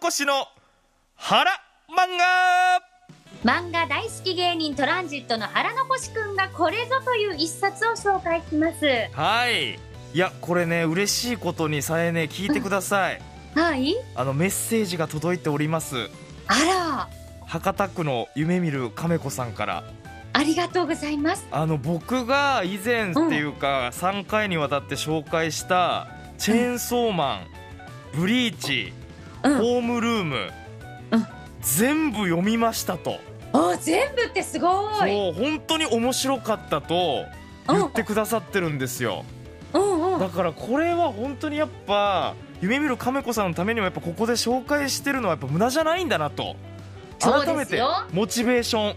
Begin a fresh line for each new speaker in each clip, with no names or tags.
こしの腹漫画
漫画大好き芸人トランジットの腹残しくんがこれぞという一冊を紹介します
はいいやこれね嬉しいことにさえね聞いてください
はい
あのメッセージが届いております
あ
博多区の夢見る亀子さんから
らありがとうございます
あの僕が以前っていうか3回にわたって紹介した「チェーンソーマン」「ブリーチ」「
うん
ホームルーム
うん」
全部読みましたと
お全部ってすごい
そう本当に面白かったと言ってくださってるんですよ
うんうん
だからこれは本当にやっぱ夢見る亀子さんのためにもやっぱここで紹介してるのはやっぱ無駄じゃないんだなと
そう
改
で
め
す
て
よ
モチベーション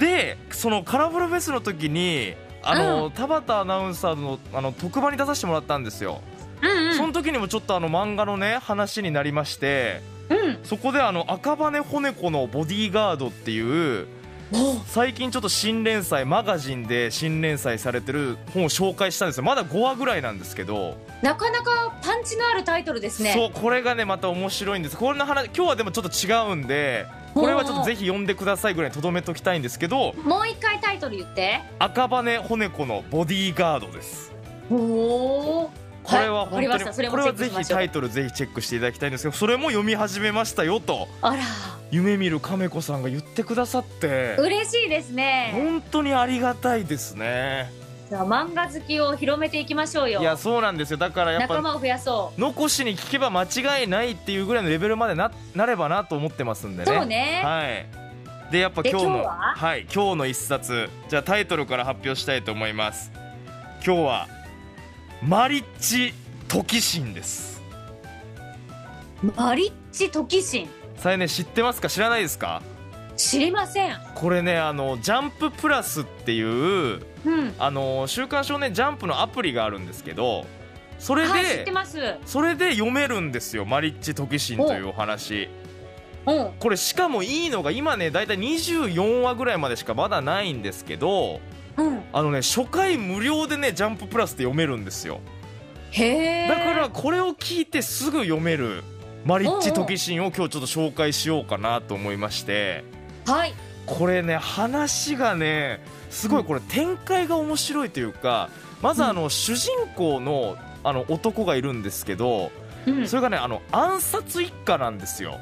でそのカラフルフェスの時にあの、
う
田畑アナウンサーのあの特番に出させてもらったんですよ、
うんうん
その時にもちょっとあの漫画のね話になりまして
うん
そこであの赤羽骨子のボディーガードっていう最近ちょっと新連載マガジンで新連載されてる本を紹介したんですよまだ5話ぐらいなんですけど、
なかなかパンチのあるタイトルですね
そうこれがねまた面白いんですこんな話今日はでもちょっと違うんでこれはちょっとぜひ読んでくださいぐらいにとどめときたいんですけど
もう一回タイトル言って
赤羽骨子のボディーガードです
おお
これは本当に、
わかりましたそれ
こ
も
れは
チ
ぜ
ェックしま
ひ
しょ
タ
う
イトルぜひチェックしていただきたいんですけどそれも読み始めましたよと
あ
夢見る亀子さんが言ってくださって
ら嬉しいですね
本当にありがたいですね
じゃあ漫画好きを広めていきましょう
い
よ
やそうなんですよだからやっぱ
仲間を増やそ
残しに聞けば間違いないっていうぐらいのレベルまでななればなと思ってますんで
う
ね
そうね
はいでやっぱ
で
今日の
今日はい
今日の一冊じゃあタイトルから発表したいと思います今日はマリッチ時神です
マリッチトキシン
さえね知ってますか知らないですか
知りません
これねあのジャンププラスっていう
うん
あの週刊少年ジャンプのアプリがあるんですけどそれで、
はい知ってます
それで読めるんですよマリッチ時神というお話
うん
これしかもいいのが今ねだいたい24話ぐらいまでしかまだないんですけど
うん
あのね初回無料でね「ジャンププラス」って読めるんですよ
へえ
だからこれを聞いてすぐ読める「マリッチ・トキシン」を今日ちょっと紹介しようかなと思いまして
はい
これね話がねすごいこれ展開が面白いというかまずあの主人公のあの男がいるんですけど
うん
それがねあの暗殺一家なんですよ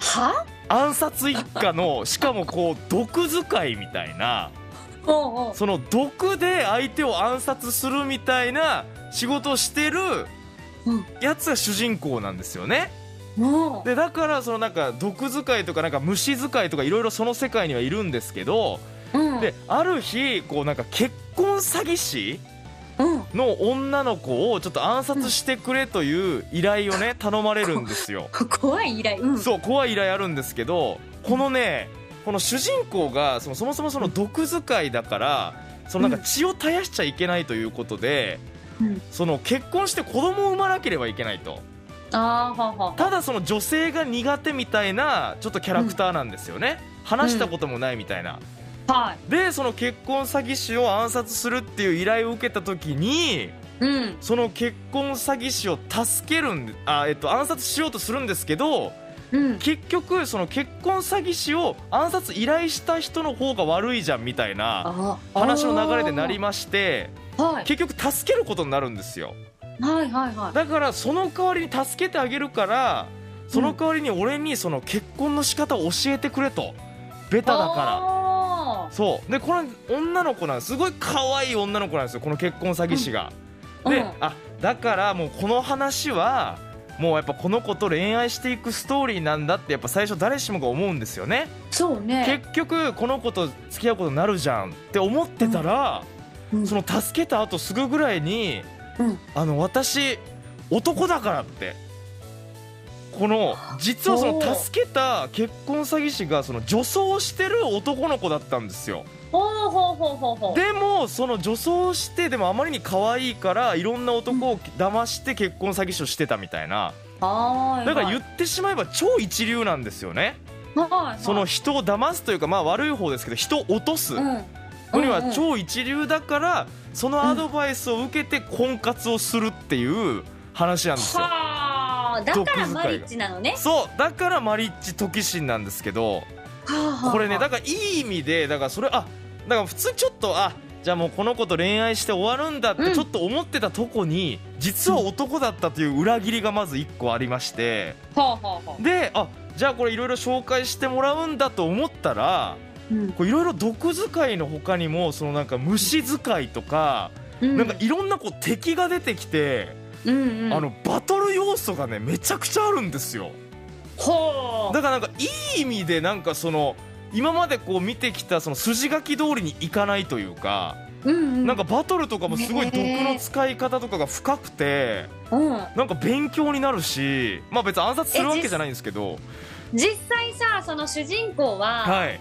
は
暗殺一家のしかもこう毒使いみたいな
おうおう
その毒で相手を暗殺するみたいな仕事をしてる
うん
やつが主人公なんですよね
おう
でだからそのなんか毒使いとかなんか虫使いとかいろいろその世界にはいるんですけど
うん
である日こうなんか結婚詐欺師
うん
の女の子をちょっと暗殺してくれという依頼をね頼まれるんですよ
怖い依頼うん
そう怖い依頼あるんですけどこのねこの主人公がそのそもそもその毒使いだからそのなんか血を絶やしちゃいけないということで、
うん
その結婚して子供を産まなければいけないと
あーはんはん
ただその女性が苦手みたいなちょっとキャラクターなんですよね、話したこともないみたいな、
はい
でその結婚詐欺師を暗殺するっていう依頼を受けた時に
うん
その結婚詐欺師を助けるんであ、えっと、暗殺しようとするんですけど
うん
結局その結婚詐欺師を暗殺依頼した人の方が悪いじゃんみたいな
あー
話の流れでなりまして
はい
結局助けることになるんですよ
はいはいは
だからその代わりに助けてあげるからその代わりに俺にその結婚の仕方を教えてくれとベ
い
タだから
あ
そうでこの女の子なんですすごい可愛い女の子なんですよこの結婚詐欺師が、
うん
で、
うん
あだからもうこの話はもうやっぱこの子と恋愛していくストーリーなんだってやっぱ最初誰しもが思うんですよね
ーそうね
結局この子と付き合うことになるじゃんって思ってたら、
うん
その助けた後すぐぐらいに
うん
あの私男だからってこの実はそ
お
の
ー
助けた結婚詐欺師がその女装してる男の子だったんですよ
ほうほうほうほうほう
でもその女装してでもあまりに可愛いからいろんな男を騙して結婚詐欺師をしてたみたいな
はーい
だから言
っ
ってしまえば超一流なんですよねその人を騙すというかまあ悪い方ですけど人を落とすこれは超一流だからそのアドバイスを受けて婚活をするっていう話なんですよ。
はあだからマリッジなのね。
そうだからマリッジトキシンなんですけど
はあはあ
これねだからいい意味でだからそれあだから普通ちょっとあじゃあもうこの子と恋愛して終わるんだっ
う
て
ん
ちょっと思ってたとこに、実は男だったという裏切りがまず1個ありまして
ほうほうほう
であじゃあこれいろいろ紹介してもらうんだと思ったら
うん
こういろいろ毒使いの他にもそのなんか虫使いとか、
うん
なんかいろんなこう敵が出てきて、
うんうん
あのバトル要素がねめちゃくちゃあるんですよ。
ほう
だからなんかいい意味でなんかその今までこう見てきたその筋書き通りにいかないというか、
うんうん
なんかバトルとかもすごい
ね
毒の使い方とかが深くて
うん
なんか勉強になるしまあ別に暗殺するわけじゃないんですけど
実際さその主人公は
はい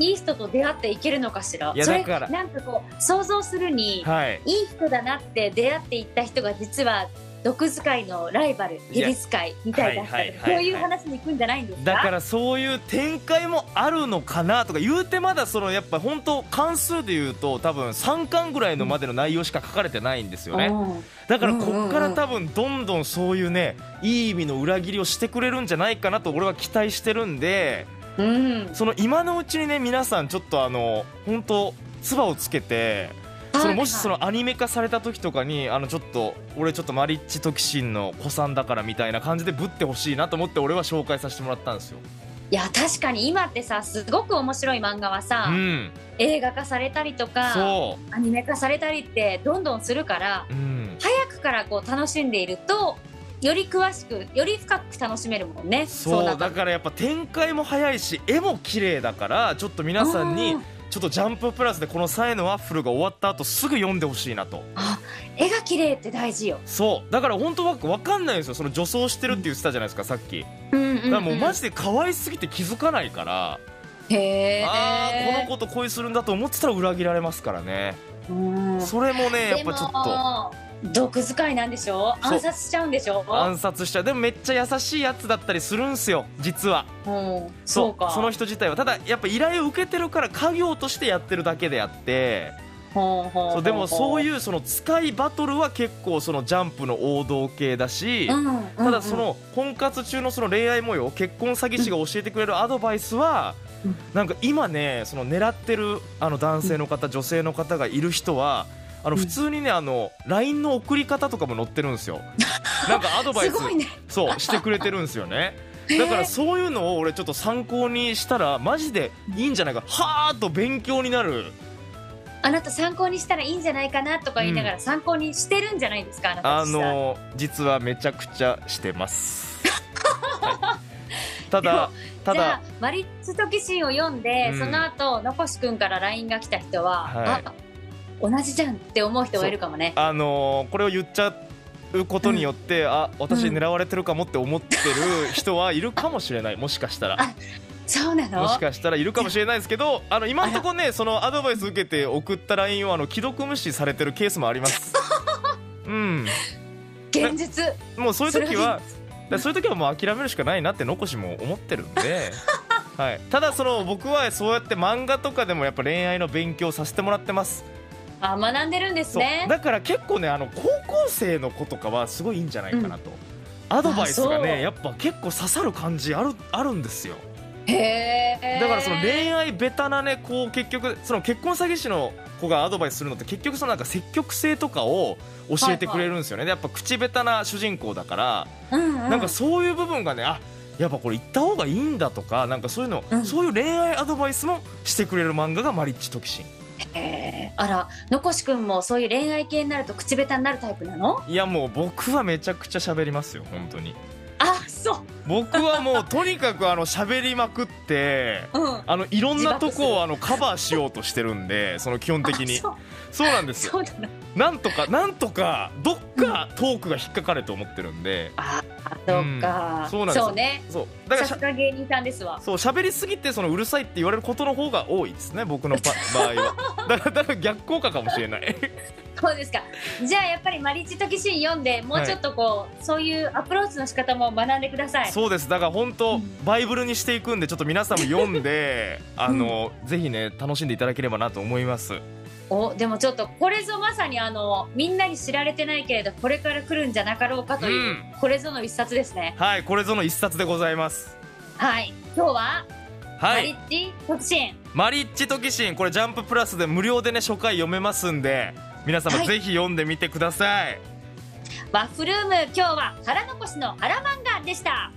いい人と出会っていけるのかしら
いや
それ
だから
なんかこう想像するに
はい
いい人だなって出会っていった人が実は毒使いのライバル
いや
蛇使いみたいな人
はいはい
と
は
か
い
そ
は
う
い
いう話に行くんじゃないんです
だか
から
そういう展開もあるのかなとか言うてまだそのやっぱ本当関数で言うと多分3巻ぐらいのまでの内容しか書かれてないんですよね
うん
だからこっから多分どんどんそういうねいい意味の裏切りをしてくれるんじゃないかなと俺は期待してるんで
うん
その今のうちにね皆さんちょっとあの本当唾をつけてそのもしそのアニメ化された時とかにあのちょっと俺ちょっとマリッチトキシンの子さんだからみたいな感じでぶってほしいなと思って俺は紹介させてもらったんですよ。
いや確かに今ってさすごく面白い漫画はさ、
うん、
映画化されたりとか
そ
アニメ化されたりってどんどんするから
う、うん、
早くからこう楽しんでいるとより詳しくより深く楽しめるもんね
そう
な
だ
ったら
からやっぱ展開も早いし絵も綺麗だからちょっと皆さんに
うん
ちょっと「ジャンププラス」でこの「サエのワッフル」が終わった後すぐ読んでほしいなと
絵が綺麗って大事よ、
そうだから本当は分かんないんですよその女装してるって言ってたじゃないですかさっきだか
うんうんうん
らもうマジで可愛すぎて気づかないから
へえ
あーこの子と恋するんだと思ってたら裏切られますからね
子、うん
それもねやっぱちょっと
でも毒使いなんでしょ
そう
暗殺しちゃうんでしょ
暗殺しちゃうでもめっちゃ優しいやつだったりするんすよ実は
うん、そうか
その人自体はただやっぱ依頼を受けてるから家業としてやってるだけであって
ほうほうほう
そうでもそう
う、
いうその使いバトルは結構そのジャンプの王道系だし、
うんうんうん
ただその婚活中のその恋愛模様結婚詐欺師が教えてくれるアドバイスは、
うん
なんか今ねその狙ってるあの男性の方、女性の方がいる人はあの
うん
普通にね、あの LINE の送り方とかも載ってるんです よなんかアドバイ
す
ス、
ごいね
そうしてくれてるんですよね
へー
だからそういうのを俺ちょっと参考にしたらマジでいいんじゃないかはーっと勉強になる
あなた参考にしたらいいんじゃないかなとか言いながら参考にしてるんじゃないですか、あなた
あ
実際
の実はめちゃくちゃして ます、はいただた
じゃあ
だ
マリッツトキシンを読んで、
うん
その後のこし君から LINE が来た人は、
はい
あ同じじゃんって思う人がいるかもね
あのこれを言っちゃうことによって、あ私狙われてるかもって思ってる人はいるかもしれないもしかしたら
あそうなの
もしかしたらいるかもしれないですけどあの今のところねそのアドバイス受けて送った LINE をあの既読無視されてるケースもあります うん
現実
もうそういう時
それは
はだからそういう時はもう諦めるしかないなってのこしも思ってるん で、はい、ただその僕はそうやって漫画とかでもやっぱ恋愛の勉強をさせてもらってます、
あ学んでるんです
そう
ね
だから結構ねあの高校生の子とかはすごいいいんじゃないかなと、アドバイスが
あそう
ねやっぱ結構刺さる感じあるあるんですよ
へえ
だからその恋愛ベタなねこう結局その結婚詐欺師の子がアドバイスするのって結局そのなんか積極性とかを教えてくれるんですよね、でやっぱ口ベタな主人公だから
うん、うん、
なんかそういう部分がねあやっぱこれ行った方がいいんだとかなんかそういうの、
うん
そういう恋愛アドバイスもしてくれる漫画が「マリッジトキシン
へーあらのこし君もそういう恋愛系になると口下手になるタイプなの」
いやもう僕はめちゃくちゃ喋りますよ本当に
あそ
僕はもうとにかくあの喋りまくって
ううん
あのいろんなと
自爆する
こをあのカバーしようとしてるんでその基本的に
あそう
そうなんですよ
そうだな
なんとかなんとかどっかトークが引っかかると思ってるんで
あそうか、
うんそうなんですよ
ね
そうだから
さ
しゃ
すが芸人さんですわ
そう喋りすぎてそのうるさいって言われることの方が多いですね僕のパ場合は だからだから逆効果かもしれない
そうですかじゃあやっぱりマリッチトキシン読んでもうちょっとこう、そういうアプローチの仕方も学んでください
そうですだから本
う
当
ん
バイブルにしていくんでちょっと皆さんも読んであの、ぜひね楽しんでいただければなと思います
おでもちょっとこれぞまさにあのみんなに知られてないけれどこれから来るんじゃなかろうかという、
う
これぞの一冊ですね
はいこれぞの一冊でございます
はい今日はマ
はい
リッジ特進
マリッチとキシンこれジャンププラスで無料でね初回読めますんで皆様
はい
ぜひ読んでみてください、
ワッフルーム今日は腹残しの腹漫画でした